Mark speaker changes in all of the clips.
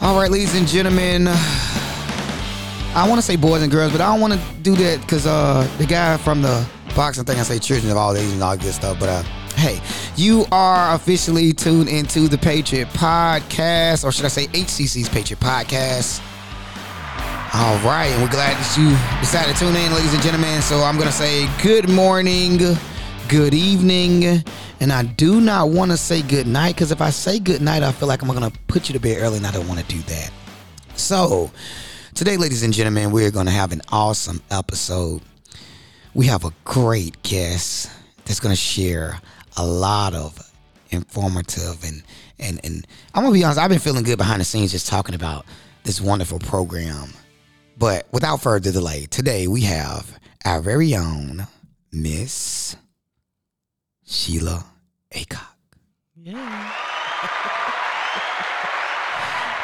Speaker 1: All right, ladies and gentlemen. I want to say boys and girls, but I don't want to do that because uh, the guy from the boxing thing, I say children of all ages and all that good stuff. But uh, hey, you are officially tuned into the Patriot Podcast, or should I say HCC's Patriot Podcast. All right, and we're glad that you decided to tune in, ladies and gentlemen. So I'm going to say good morning, good evening, and I do not want to say good night because if I say good night, I feel like I'm going to put you to bed early, and I don't want to do that. So today, ladies and gentlemen, we're going to have an awesome episode. We have a great guest that's going to share a lot of informative and and and I'm gonna be honest. I've been feeling good behind the scenes just talking about this wonderful program. But without further delay, today we have our very own Miss Sheila Acock.
Speaker 2: Yeah.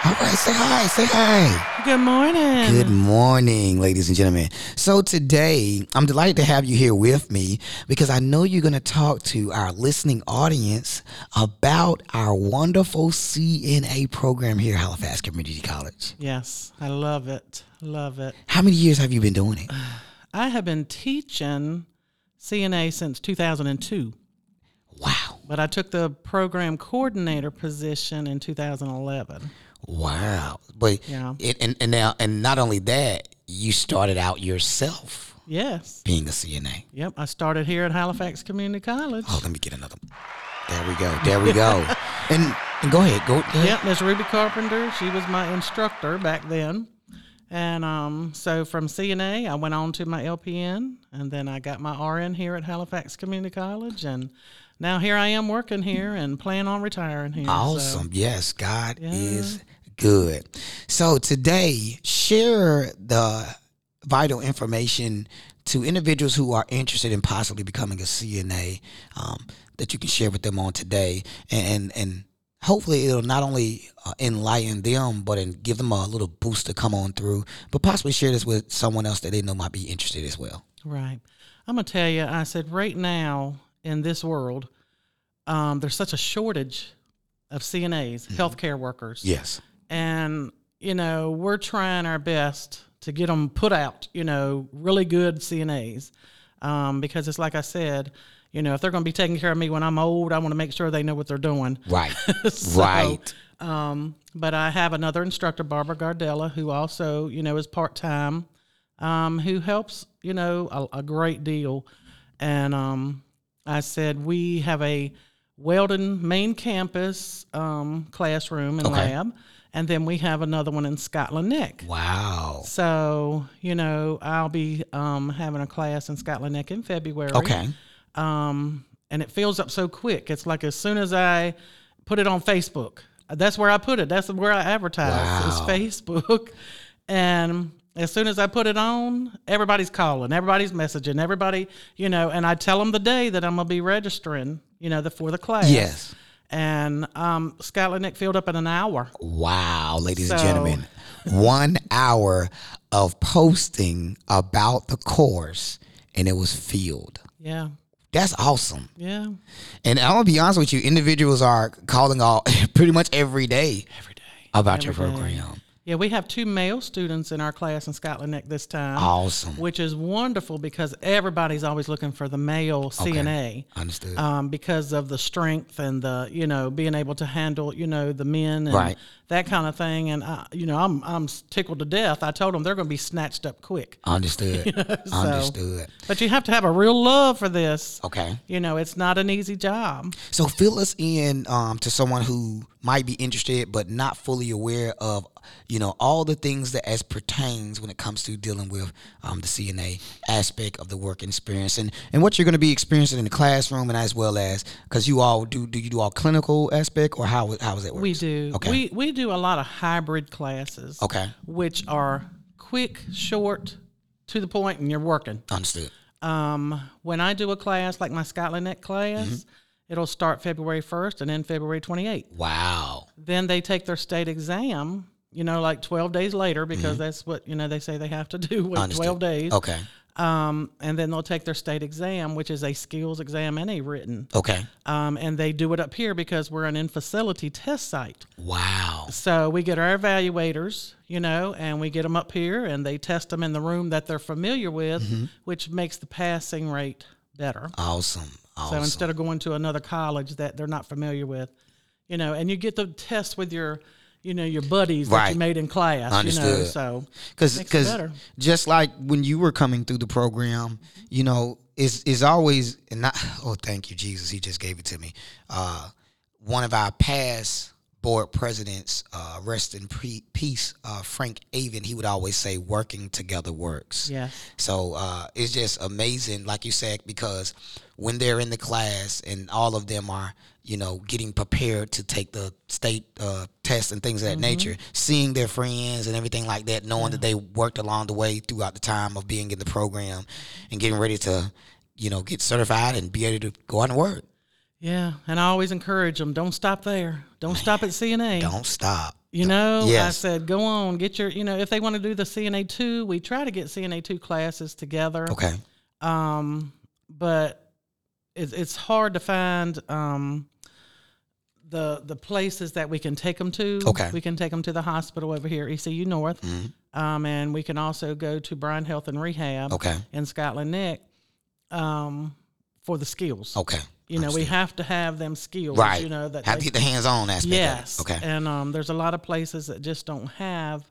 Speaker 1: All right, say hi, say hi.
Speaker 2: Good morning.
Speaker 1: Good morning, ladies and gentlemen. So today, I'm delighted to have you here with me because I know you're going to talk to our listening audience about our wonderful CNA program here at Halifax Community College.
Speaker 2: Yes, I love it. Love it.
Speaker 1: How many years have you been doing it?
Speaker 2: I have been teaching CNA since 2002,
Speaker 1: Wow.
Speaker 2: but I took the program coordinator position in 2011.
Speaker 1: Wow. But
Speaker 2: Yeah.
Speaker 1: it, and and now and not only that, you started out yourself
Speaker 2: Yes.
Speaker 1: being a CNA.
Speaker 2: Yep, I started here at Halifax Community College.
Speaker 1: Oh, let me get another. There we go. There we go. and, and go ahead. Go. go
Speaker 2: Yep, Miss Ruby Carpenter, she was my instructor back then. And um, so from CNA, I went on to my LPN, and then I got my RN here at Halifax Community College, and now here I am working here and plan on retiring here. so-
Speaker 1: Awesome. Yes, God is good. So today, share the vital information to individuals who are interested in possibly becoming a CNA um, that you can share with them on today, and and, and hopefully it'll not only uh, enlighten them, but and give them a little boost to come on through, but possibly share this with someone else that they know might be interested as well.
Speaker 2: Right. I'm going to tell you, I said, right now in this world, um, there's such a shortage of CNAs, healthcare workers.
Speaker 1: Yes.
Speaker 2: and you know we're trying our best to get them put out you know really good cnas um, because it's like i said you know if they're going to be taking care of me when i'm old i want to make sure they know what they're doing
Speaker 1: Right.
Speaker 2: So,
Speaker 1: Right.
Speaker 2: um, but i have another instructor barbara gardella who also you know is part-time um, who helps you know a, a great deal and um, i said we have a weldon main campus um, classroom and
Speaker 1: Okay.
Speaker 2: lab and then we have another one in scotland neck
Speaker 1: Wow.
Speaker 2: so you know i'll be um, having a class in scotland neck in february
Speaker 1: Okay.
Speaker 2: um, and it fills up so quick. It's like as soon as I put it on Facebook, that's where I put it. That's where I advertise. It's
Speaker 1: Wow.
Speaker 2: Facebook, and as soon as I put it on, everybody's calling, everybody's messaging, everybody, you know. And I tell them the day that I'm gonna be registering, you know, the, for the class.
Speaker 1: Yes.
Speaker 2: And um, Scotland Nick filled up in an hour.
Speaker 1: Wow, ladies and
Speaker 2: So-
Speaker 1: gentlemen, one hour of posting about the course and it was filled.
Speaker 2: Yeah,
Speaker 1: That's awesome.
Speaker 2: yeah,
Speaker 1: And I'm gonna be honest with you, individuals are calling all pretty much every day
Speaker 2: every day.
Speaker 1: about your
Speaker 2: Every day.
Speaker 1: program.
Speaker 2: Yeah, we have two male students in our class in Scotland Neck this time.
Speaker 1: Awesome.
Speaker 2: which is wonderful because everybody's always looking for the male CNA
Speaker 1: Understood.
Speaker 2: um, because of the strength and the you know being able to handle you know the men and
Speaker 1: Right.
Speaker 2: that kind of thing. And I, you know I'm I'm tickled to death. I told them they're going to be snatched up quick,
Speaker 1: Understood. Understood.
Speaker 2: but you have to have a real love for this.
Speaker 1: Okay.
Speaker 2: You know it's not an easy job.
Speaker 1: So fill us in um, to someone who might be interested but not fully aware of, you know, all the things that as pertains when it comes to dealing with um, the CNA aspect of the work experience and, and what you're going to be experiencing in the classroom and as well as because you all do do you do all clinical aspect or how how is that work?
Speaker 2: We do.
Speaker 1: Okay. Oh.
Speaker 2: We we do a lot of hybrid classes.
Speaker 1: okay.
Speaker 2: Which are quick, short, to the point, and you're working.
Speaker 1: Understood.
Speaker 2: um, when I do a class like my Scotland Net class, it'll start February 1st and end February 28th.
Speaker 1: Wow.
Speaker 2: Then they take their state exam, you know, like 12 days later because that's what, you know, they say they have to do with
Speaker 1: Understood.
Speaker 2: 12 days.
Speaker 1: Okay.
Speaker 2: Um, and then they'll take their state exam, which is a skills exam and a written.
Speaker 1: Okay.
Speaker 2: Um, and they do it up here because we're an in facility test site.
Speaker 1: Wow.
Speaker 2: So we get our evaluators, you know, and we get them up here and they test them in the room that they're familiar with, which makes the passing rate better.
Speaker 1: Awesome.
Speaker 2: So
Speaker 1: Awesome.
Speaker 2: instead of going to another college that they're not familiar with, you know, and you get the test with your, you know, your buddies that
Speaker 1: Right.
Speaker 2: you made in class, you know.
Speaker 1: Understood.
Speaker 2: So
Speaker 1: Because
Speaker 2: Makes it better.
Speaker 1: just like when you were coming through the program, you know, it's, it's always and not. Oh, thank you, Jesus. He just gave it to me. Uh, one of our past board presidents, uh, rest in pre- peace, uh, Frank Avon. He would always say, "Working together works."
Speaker 2: yes,
Speaker 1: So uh, it's just amazing, like you said, because when they're in the class and all of them are, you know, getting prepared to take the state uh, test and things of that
Speaker 2: Mm-hmm.
Speaker 1: nature, seeing their friends and everything like that, knowing that they worked along the way throughout the time of being in the program and getting ready to, you know, get certified and be able to go out and work.
Speaker 2: yeah. And I always encourage them: don't stop there, don't stop at CNA.
Speaker 1: Don't stop.
Speaker 2: You know, I
Speaker 1: Yes.
Speaker 2: said, go on, get your, you know, if they want to do the CNA two, we try to get CNA two classes together.
Speaker 1: Okay.
Speaker 2: um, but it's it's hard to find um, the the places that we can take them to.
Speaker 1: Okay.
Speaker 2: we can take them to the hospital over here, ECU North,
Speaker 1: Mm-hmm.
Speaker 2: um, and we can also go to Bryan Health and Rehab
Speaker 1: Okay.
Speaker 2: in Scotland Neck um, for the skills.
Speaker 1: Okay.
Speaker 2: You know, we have to have them skills.
Speaker 1: Oh, Right.
Speaker 2: You know that
Speaker 1: Have
Speaker 2: they-
Speaker 1: to get the hands-on aspect. of it.
Speaker 2: Yes.
Speaker 1: Okay.
Speaker 2: And um, there's a lot of places that just don't have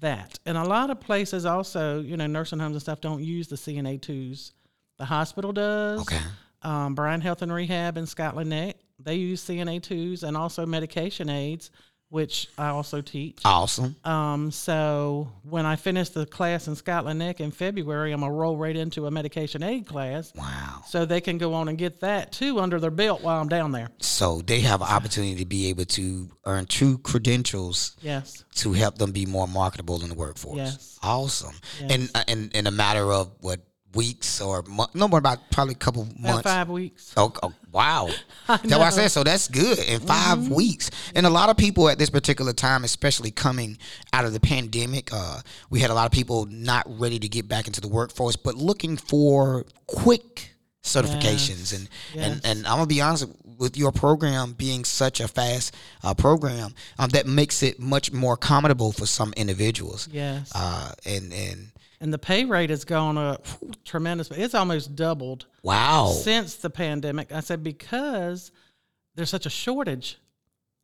Speaker 2: that. And a lot of places also, you know, nursing homes and stuff don't use the CNA twos. The hospital does.
Speaker 1: Okay.
Speaker 2: Um, Bryan Health and Rehab in Scotland Neck, they use CNA twos and also medication aids, which I also teach.
Speaker 1: Awesome.
Speaker 2: Um, so when I finish the class in Scotland Neck in February, I'm gonna roll right into a medication aid class.
Speaker 1: Wow.
Speaker 2: So they can go on and get that too under their belt while I'm down there.
Speaker 1: So they have an opportunity to be able to earn true credentials
Speaker 2: Yes.
Speaker 1: to help them be more marketable in the workforce.
Speaker 2: Yes.
Speaker 1: Awesome. And uh, in in a matter of what weeks or month, no more about probably a couple
Speaker 2: About
Speaker 1: months.
Speaker 2: five weeks.
Speaker 1: Oh, oh, wow. That's what I said. So that's good in 5 weeks. And a lot of people at this particular time, especially coming out of the pandemic, uh, we had a lot of people not ready to get back into the workforce, but looking for quick certifications. And, and, and I'm going to be honest with your program being such a fast uh, program, um, that makes it much more comfortable for some individuals.
Speaker 2: Yes.
Speaker 1: Uh, and, and
Speaker 2: and the pay rate has gone up tremendous. It's almost doubled
Speaker 1: wow.
Speaker 2: since the pandemic. I said because there's such a shortage.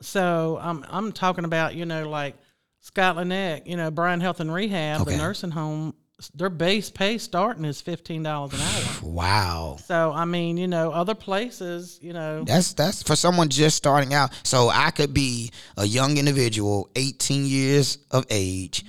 Speaker 2: So I'm I'm talking about you know like Scotland Neck, you know Bryan Health and Rehab,
Speaker 1: Okay.
Speaker 2: the nursing home. Their base pay starting is fifteen dollars an hour.
Speaker 1: Wow.
Speaker 2: So I mean, you know, other places, you know,
Speaker 1: That's that's for someone just starting out. So I could be a young individual, 18 years of age,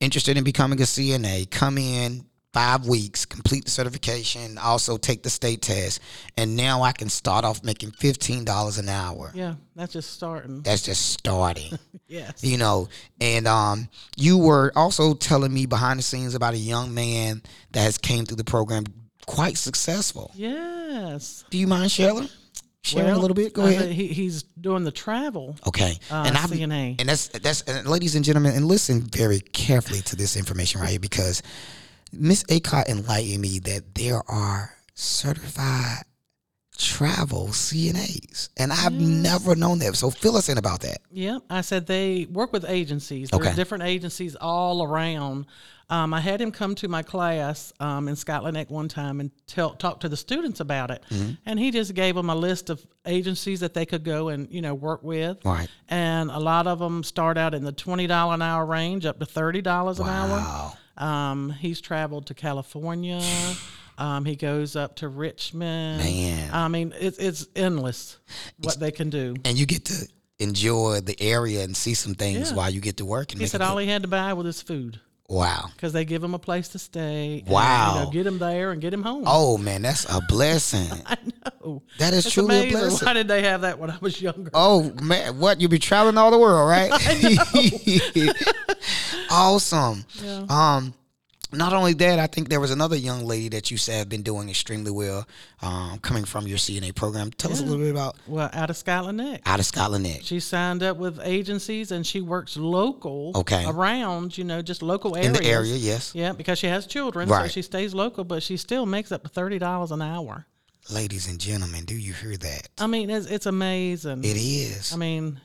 Speaker 1: interested in becoming a CNA, come in five weeks, complete the certification, also take the state test, and now I can start off making $15 an hour.
Speaker 2: yeah, that's just starting.
Speaker 1: That's just starting.
Speaker 2: Yes,
Speaker 1: You know, and um, you were also telling me behind the scenes about a young man that has came through the program quite successful.
Speaker 2: yes.
Speaker 1: Do you mind sharing? Sharing a
Speaker 2: Well,
Speaker 1: little bit. Go
Speaker 2: I
Speaker 1: ahead.
Speaker 2: said He, he's doing the travel.
Speaker 1: Okay,
Speaker 2: Uh,
Speaker 1: and I
Speaker 2: CNA.
Speaker 1: and that's that's and ladies and gentlemen, and listen very carefully to this information right here because Miss Acott enlightened me that there are certified travel CNAs, and I've never known that. So fill us in about that.
Speaker 2: Yeah, I said they work with agencies. There's
Speaker 1: Okay.
Speaker 2: different agencies all around. Um, I had him come to my class um, in Scotland Neck one time and tell, talk to the students about it,
Speaker 1: Mm-hmm.
Speaker 2: and he just gave them a list of agencies that they could go and you know work with.
Speaker 1: Right.
Speaker 2: And a lot of them start out in the twenty dollar an hour range, up to thirty dollars an
Speaker 1: Wow.
Speaker 2: hour. Um, he's traveled to California. Um, he goes up to Richmond.
Speaker 1: Man.
Speaker 2: I mean, it's it's endless what they can do.
Speaker 1: And you get to enjoy the area and see some things
Speaker 2: Yeah.
Speaker 1: while you get to work. And
Speaker 2: He
Speaker 1: make
Speaker 2: said
Speaker 1: a
Speaker 2: all
Speaker 1: good-
Speaker 2: he had to buy was his food.
Speaker 1: Wow.
Speaker 2: because they give him a place to stay. and,
Speaker 1: Wow.
Speaker 2: you know, get him there and get him home.
Speaker 1: Oh man, that's a blessing.
Speaker 2: I know.
Speaker 1: That is
Speaker 2: It's
Speaker 1: truly a
Speaker 2: amazing.
Speaker 1: blessing.
Speaker 2: Why did they have that when I was younger?
Speaker 1: Oh man, what you be traveling all the world, right? awesome. Um, not only that, I think there was another young lady that you said have been doing extremely well, um, coming from your CNA program. Tell us a little bit about
Speaker 2: Well, out of Scotland Neck.
Speaker 1: Out of Scotland Neck.
Speaker 2: She signed up with agencies and she works local
Speaker 1: Okay.
Speaker 2: around, you know, just local
Speaker 1: In
Speaker 2: areas.
Speaker 1: the area, yes.
Speaker 2: Yeah, because she has children, so
Speaker 1: Right.
Speaker 2: she stays local, but she still makes up to thirty dollars an hour.
Speaker 1: Ladies and gentlemen, do you hear that?
Speaker 2: I mean, it's it's amazing.
Speaker 1: It is.
Speaker 2: I mean,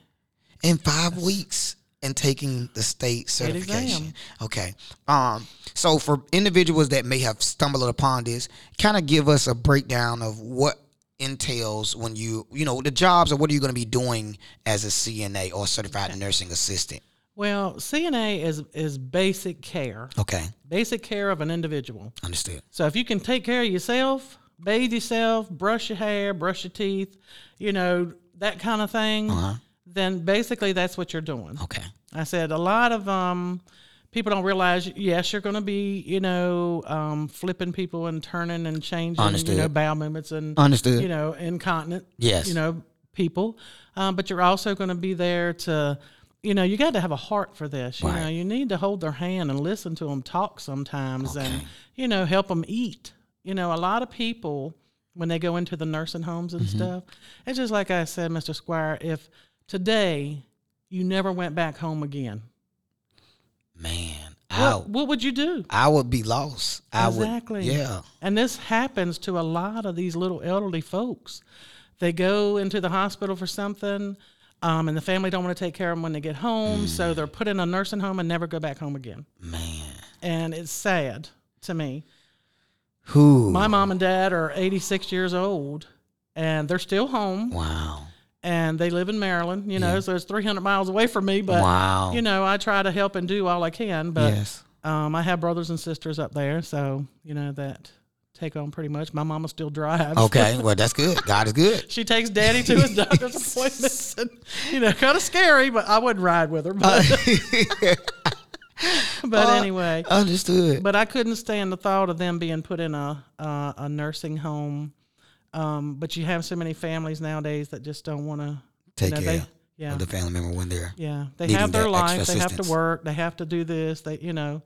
Speaker 1: in five weeks and taking the state certification.
Speaker 2: exam.
Speaker 1: Okay. Um, so for individuals that may have stumbled upon this, kind of give us a breakdown of what entails when you, you know, the jobs or what are you going to be doing as a CNA or certified nursing assistant?
Speaker 2: well, CNA is is basic care,
Speaker 1: Okay.
Speaker 2: basic care of an individual.
Speaker 1: Understood.
Speaker 2: So if you can take care of yourself, bathe yourself, brush your hair, brush your teeth, you know, that kind of thing, then basically that's what you're doing.
Speaker 1: Okay.
Speaker 2: I said a lot of um, people don't realize. Yes, you're going to be, you know, um, flipping people and turning and changing,
Speaker 1: Understood.
Speaker 2: you know, bowel movements and
Speaker 1: Understood.
Speaker 2: you know, incontinent.
Speaker 1: Yes.
Speaker 2: you know, people. Um, but you're also going to be there to, you know, you got to have a heart for this. You
Speaker 1: Right.
Speaker 2: know, you need to hold their hand and listen to them talk sometimes, and you know, help them eat. You know, a lot of people when they go into the nursing homes and
Speaker 1: Mm-hmm.
Speaker 2: stuff, it's just like I said, Mr. Squire. If today you never went back home again.
Speaker 1: Man, I,
Speaker 2: What, what would you do?
Speaker 1: I would be lost. I would.
Speaker 2: Exactly.
Speaker 1: Yeah.
Speaker 2: And this happens to a lot of these little elderly folks. They go into the hospital for something, um, and the family don't want to take care of them when they get home, so they're put in a nursing home and never go back home again.
Speaker 1: Man.
Speaker 2: And it's sad to me.
Speaker 1: Who?
Speaker 2: My mom and dad are 86 years old, and they're still home,
Speaker 1: wow.
Speaker 2: and they live in Maryland. You know, so it's 300 miles away from me, but
Speaker 1: wow.
Speaker 2: you know, I try to help and do all I can. But
Speaker 1: yes.
Speaker 2: um, I have brothers and sisters up there, so you know that take on pretty much. My mama still drives.
Speaker 1: Okay. well, that's good. God is good.
Speaker 2: She takes daddy to his doctor's appointments, and you know, kind of scary. But I wouldn't ride with her. But,
Speaker 1: Uh,
Speaker 2: but anyway,
Speaker 1: Understood.
Speaker 2: but I couldn't stand the thought of them being put in a uh, a nursing home. Um, but you have so many families nowadays that just don't want to
Speaker 1: Take
Speaker 2: you know,
Speaker 1: care
Speaker 2: They, yeah,
Speaker 1: of the family member when they're
Speaker 2: yeah, they
Speaker 1: needing
Speaker 2: have their
Speaker 1: that
Speaker 2: life.
Speaker 1: extra
Speaker 2: They have to
Speaker 1: assistance.
Speaker 2: work. They have to do this. They, you know,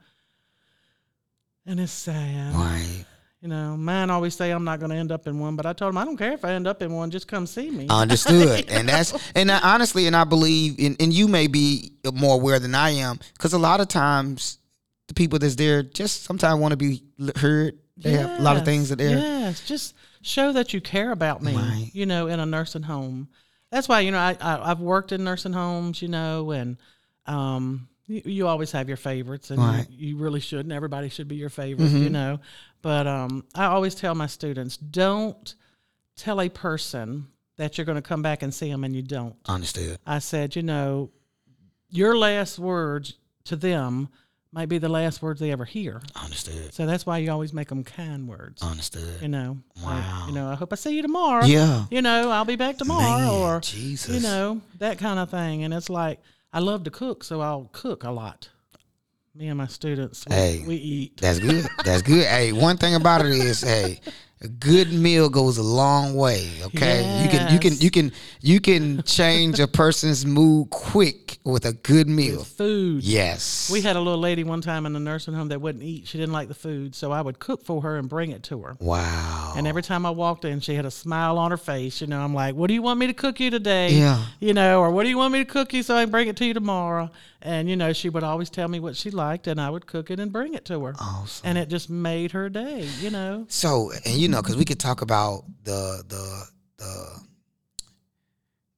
Speaker 2: and it's sad.
Speaker 1: Right.
Speaker 2: You know, mine always say I'm not going to end up in one, but I told him I don't care if I end up in one. Just come see me.
Speaker 1: Understood. and that's and I, honestly, and I believe, and, and you may be more aware than I am, because a lot of times the people that's there just sometimes want to be l- heard. They have a lot of
Speaker 2: Yes,
Speaker 1: things that they're.
Speaker 2: Yes, just show that you care about me.
Speaker 1: Right.
Speaker 2: You know, in a nursing home. That's why you know I, I I've worked in nursing homes. You know, and um, you, you always have your favorites, and you-
Speaker 1: Right. Mm-hmm.
Speaker 2: you, really should, and everybody should be your favorite. You know, but um, I always tell my students, don't tell a person that you're going to come back and see them, and you don't.
Speaker 1: Understood.
Speaker 2: I said, you know, your last words to them might be the last words they ever hear.
Speaker 1: Understood.
Speaker 2: So that's why you always make them kind words.
Speaker 1: Understood.
Speaker 2: You know, Like,
Speaker 1: Uh, Wow.
Speaker 2: you know, I hope I see you tomorrow.
Speaker 1: Yeah.
Speaker 2: You know, I'll be back tomorrow
Speaker 1: Man,
Speaker 2: or,
Speaker 1: Jesus.
Speaker 2: you know, that kind of thing. And it's like, I love to cook, so I'll cook a lot. Me and my students, we,
Speaker 1: Hey.
Speaker 2: we eat.
Speaker 1: That's good. That's good. Hey, one thing about it is, hey, a good meal goes a long way. Okay, you can
Speaker 2: Yes.
Speaker 1: you can you can you can change a person's mood quick with a good meal.
Speaker 2: Food.
Speaker 1: Yes,
Speaker 2: We had a little lady one time in the nursing home that wouldn't eat. She didn't like the food, so I would cook for her and bring it to her.
Speaker 1: Wow.
Speaker 2: And every time I walked in, she had a smile on her face. You know, I'm like, what do you want me to cook you today?
Speaker 1: Yeah.
Speaker 2: You know, or what do you want me to cook you so I can bring it to you tomorrow? And, you know, she would always tell me what she liked and I would cook it and bring it to her.
Speaker 1: Awesome.
Speaker 2: And it just made her day, you know?
Speaker 1: So, and you know, because we could talk about the the the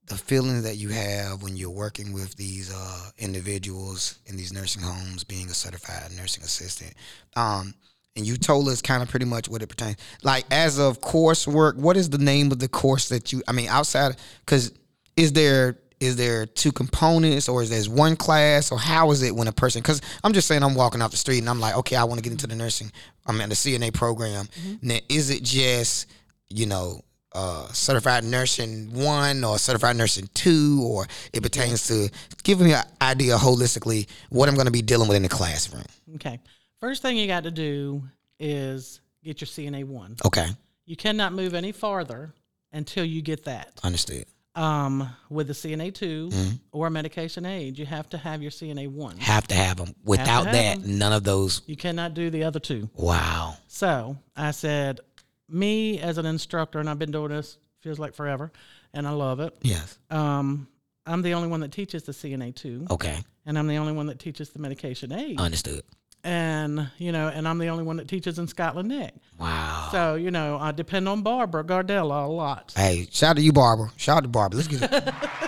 Speaker 1: the feelings that you have when you're working with these uh, individuals in these nursing homes, being a certified nursing assistant. Um, and you told us kind of pretty much what it pertains. Like as of coursework, what is the name of the course that you? I mean, outside because is there is there two components or is there one class or how is it when a person? Because I'm just saying I'm walking off the street and I'm like, okay, I want to get into the nursing. I'm in the CNA program. Now, is it just you know uh, certified nursing one or certified nursing two, or it pertains to give me an idea holistically what I'm going to be dealing with in the classroom.
Speaker 2: Okay. First thing you got to do is get your CNA 1.
Speaker 1: Okay,
Speaker 2: You cannot move any farther until you get that.
Speaker 1: understood.
Speaker 2: um, with the CNA 2 or medication aid. You have to have your CNA 1.
Speaker 1: Have to have them. Without
Speaker 2: have
Speaker 1: that, none of those.
Speaker 2: You cannot do the other two.
Speaker 1: Wow.
Speaker 2: So I said, me as an instructor, and I've been doing this feels like forever, and I love it.
Speaker 1: Yes.
Speaker 2: Um, I'm the only one that teaches the CNA two,
Speaker 1: Okay.
Speaker 2: and I'm the only one that teaches the medication aid,
Speaker 1: Understood.
Speaker 2: and you know, and I'm the only one that teaches in Scotland Neck.
Speaker 1: Wow.
Speaker 2: So you know, I depend on Barbara Gardella a lot.
Speaker 1: Hey, shout out to you, Barbara. Shout out to Barbara. Let's get it.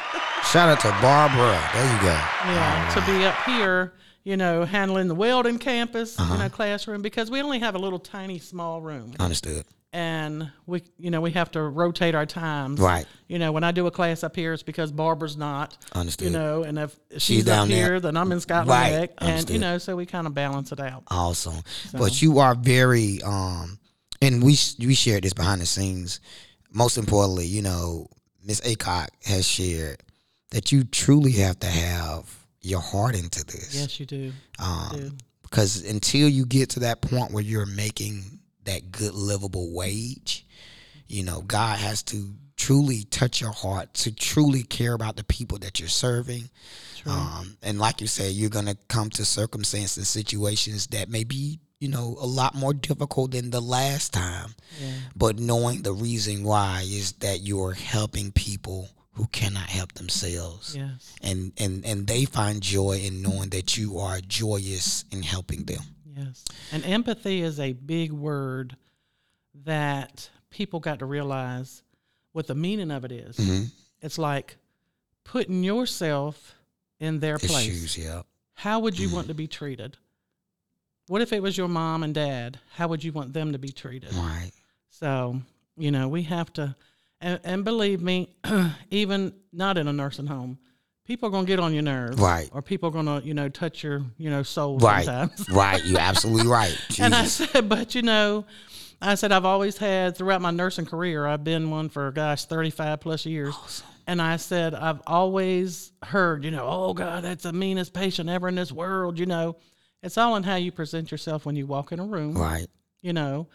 Speaker 1: shout out to Barbara. There you go.
Speaker 2: Yeah, to be up here, you know, handling the Weldon campus,
Speaker 1: Uh-huh.
Speaker 2: you know, classroom because we only have a little tiny small room.
Speaker 1: Understood.
Speaker 2: and we you know we have to rotate our times
Speaker 1: Right.
Speaker 2: you know when i do a class up here it's because barbara's not
Speaker 1: Understood.
Speaker 2: you know and if she's
Speaker 1: down
Speaker 2: up
Speaker 1: there.
Speaker 2: here then i'm in scotland
Speaker 1: Right.
Speaker 2: Neck, and
Speaker 1: Understood.
Speaker 2: you know so we kind of balance it out
Speaker 1: Awesome. But you are very um and we sh- we shared this behind the scenes. Most importantly, you know, Miss Acock has shared that you truly have to have your heart into this.
Speaker 2: yes you do
Speaker 1: um, because until you get to that point where you're making that good livable wage, you know, God has to truly touch your heart to truly care about the people that you're serving. Um, and like you said, you're going to come to circumstances and situations that may be, you know, a lot more difficult than the last time. But knowing the reason why is that you're helping people who cannot help themselves
Speaker 2: yes
Speaker 1: and and and they find joy in knowing that you are joyous in helping them.
Speaker 2: yes and empathy is a big word that people got to realize what the meaning of it is.
Speaker 1: Mm-hmm.
Speaker 2: it's like putting yourself in their
Speaker 1: His
Speaker 2: place
Speaker 1: shoes, yeah.
Speaker 2: how would you
Speaker 1: Mm-hmm.
Speaker 2: want to be treated? What if it was your mom and dad? How would you want them to be treated?
Speaker 1: Right.
Speaker 2: So, you know, we have to, and, and believe me, even not in a nursing home, people are going to get on your nerves.
Speaker 1: Right.
Speaker 2: Or people are going to, you know, touch your, you know, soul
Speaker 1: Right.
Speaker 2: sometimes.
Speaker 1: right. You're absolutely right.
Speaker 2: And I
Speaker 1: Jesus.
Speaker 2: said, but you know, I said, I've always had throughout my nursing career, I've been one for, gosh, 35 plus years.
Speaker 1: Oh.
Speaker 2: And I said, I've always heard, you know, oh God, that's the meanest patient ever in this world. You know, it's all in how you present yourself when you walk in a room,
Speaker 1: right. Mm-hmm.
Speaker 2: you know,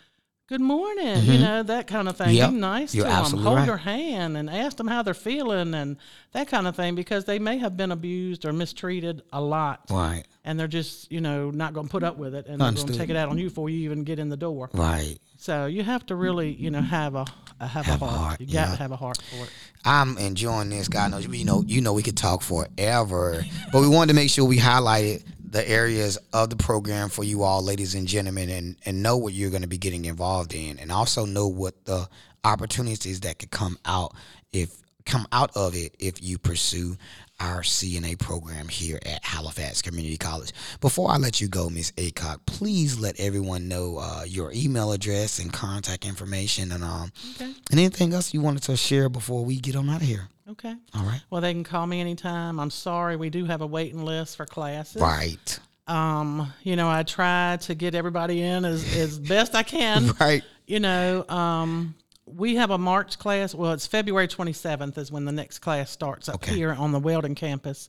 Speaker 2: good morning, you know, that kind of thing.
Speaker 1: Yep.
Speaker 2: Be nice
Speaker 1: You're
Speaker 2: to them,
Speaker 1: absolutely
Speaker 2: hold
Speaker 1: right.
Speaker 2: their hand and ask them how they're feeling and that kind of thing because they may have been abused or mistreated a lot
Speaker 1: Right.
Speaker 2: and they're just you know not going to put up with it and they're going to
Speaker 1: Understood.
Speaker 2: take it out on you before you even get in the door
Speaker 1: Right.
Speaker 2: so you have to really you know have a have,
Speaker 1: Have
Speaker 2: a
Speaker 1: a
Speaker 2: heart,
Speaker 1: heart,
Speaker 2: you got
Speaker 1: yeah.
Speaker 2: to have a heart for it
Speaker 1: I'm enjoying this. God knows, you know, you know, we could talk forever, but we wanted to make sure we highlighted the areas of the program for you all, ladies and gentlemen, and and know what you're going to be getting involved in, and also know what the opportunities that could come out if come out of it if you pursue our CNA program here at Halifax Community College. Before I let you go, Miss Acock, please let everyone know uh, your email address and contact information and um, and anything else you wanted to share before we get on out of here.
Speaker 2: okay
Speaker 1: All right.
Speaker 2: well they can call me anytime i'm sorry we do have a waiting list for classes
Speaker 1: Right.
Speaker 2: um you know i try to get everybody in as, as best i can
Speaker 1: Right.
Speaker 2: you know um we have a march class well it's february 27th is when the next class starts up
Speaker 1: Okay.
Speaker 2: here on the weldon campus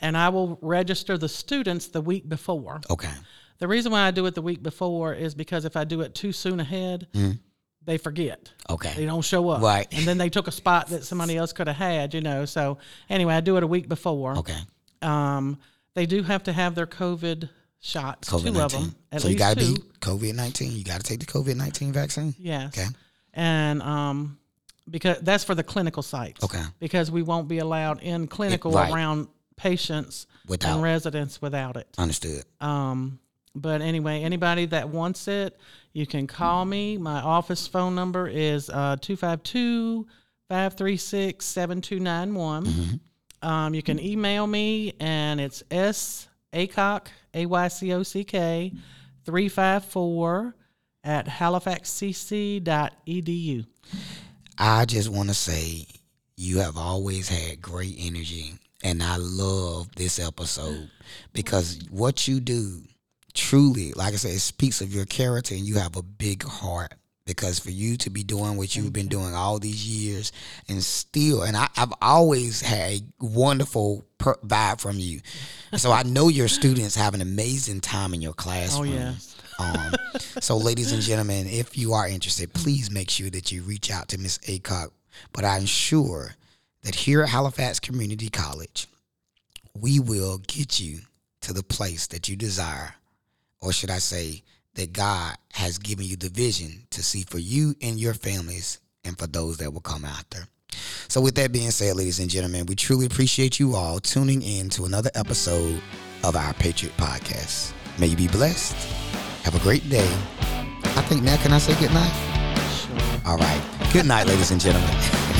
Speaker 2: and i will register the students the week before
Speaker 1: Okay.
Speaker 2: The reason why I do it the week before is because if I do it too soon ahead, they forget. They
Speaker 1: Hmm. Okay.
Speaker 2: don't show up.
Speaker 1: Right.
Speaker 2: And then they took a spot that somebody else could have had, you know. So anyway, I do it a week before.
Speaker 1: Okay.
Speaker 2: Um, they do have to have their COVID shots,
Speaker 1: COVID
Speaker 2: two of
Speaker 1: nineteen.
Speaker 2: them. At
Speaker 1: So you
Speaker 2: least
Speaker 1: gotta
Speaker 2: two.
Speaker 1: be COVID nineteen. You gotta take the COVID nineteen vaccine.
Speaker 2: Yes.
Speaker 1: Okay.
Speaker 2: And um, because that's for the clinical sites.
Speaker 1: Okay.
Speaker 2: Because we won't be allowed in clinical
Speaker 1: right.
Speaker 2: around patients
Speaker 1: Without.
Speaker 2: and residents without it.
Speaker 1: Understood.
Speaker 2: Um, but anyway, anybody that wants it, you can call me. My office phone number is uh, 252 536 7291. Um, You can email me, and it's S Acock, A Y C O C K, 354 at halifaxcc.edu.
Speaker 1: I just want to say you have always had great energy, and I love this episode because what you do truly, like I said, it speaks of your character, and you have a big heart. Because for you to be doing what you've been doing all these years and still, and I, I've always had a wonderful per- vibe from you. And so I know your students have an amazing time in your
Speaker 2: Oh,
Speaker 1: classroom.
Speaker 2: yes.
Speaker 1: Um, so, ladies and gentlemen, if you are interested, please make sure that you reach out to Miss Acock. But I'm sure that here at Halifax Community College, we will get you to the place that you desire, or should I say, that God has given you the vision to see for you and your families and for those that will come after. So, with that being said, ladies and gentlemen, we truly appreciate you all tuning in to another episode of our Patriot Podcast. May you be blessed. Have a great day. I think now, can I say good night?
Speaker 2: Sure.
Speaker 1: All right. Good night, ladies and gentlemen.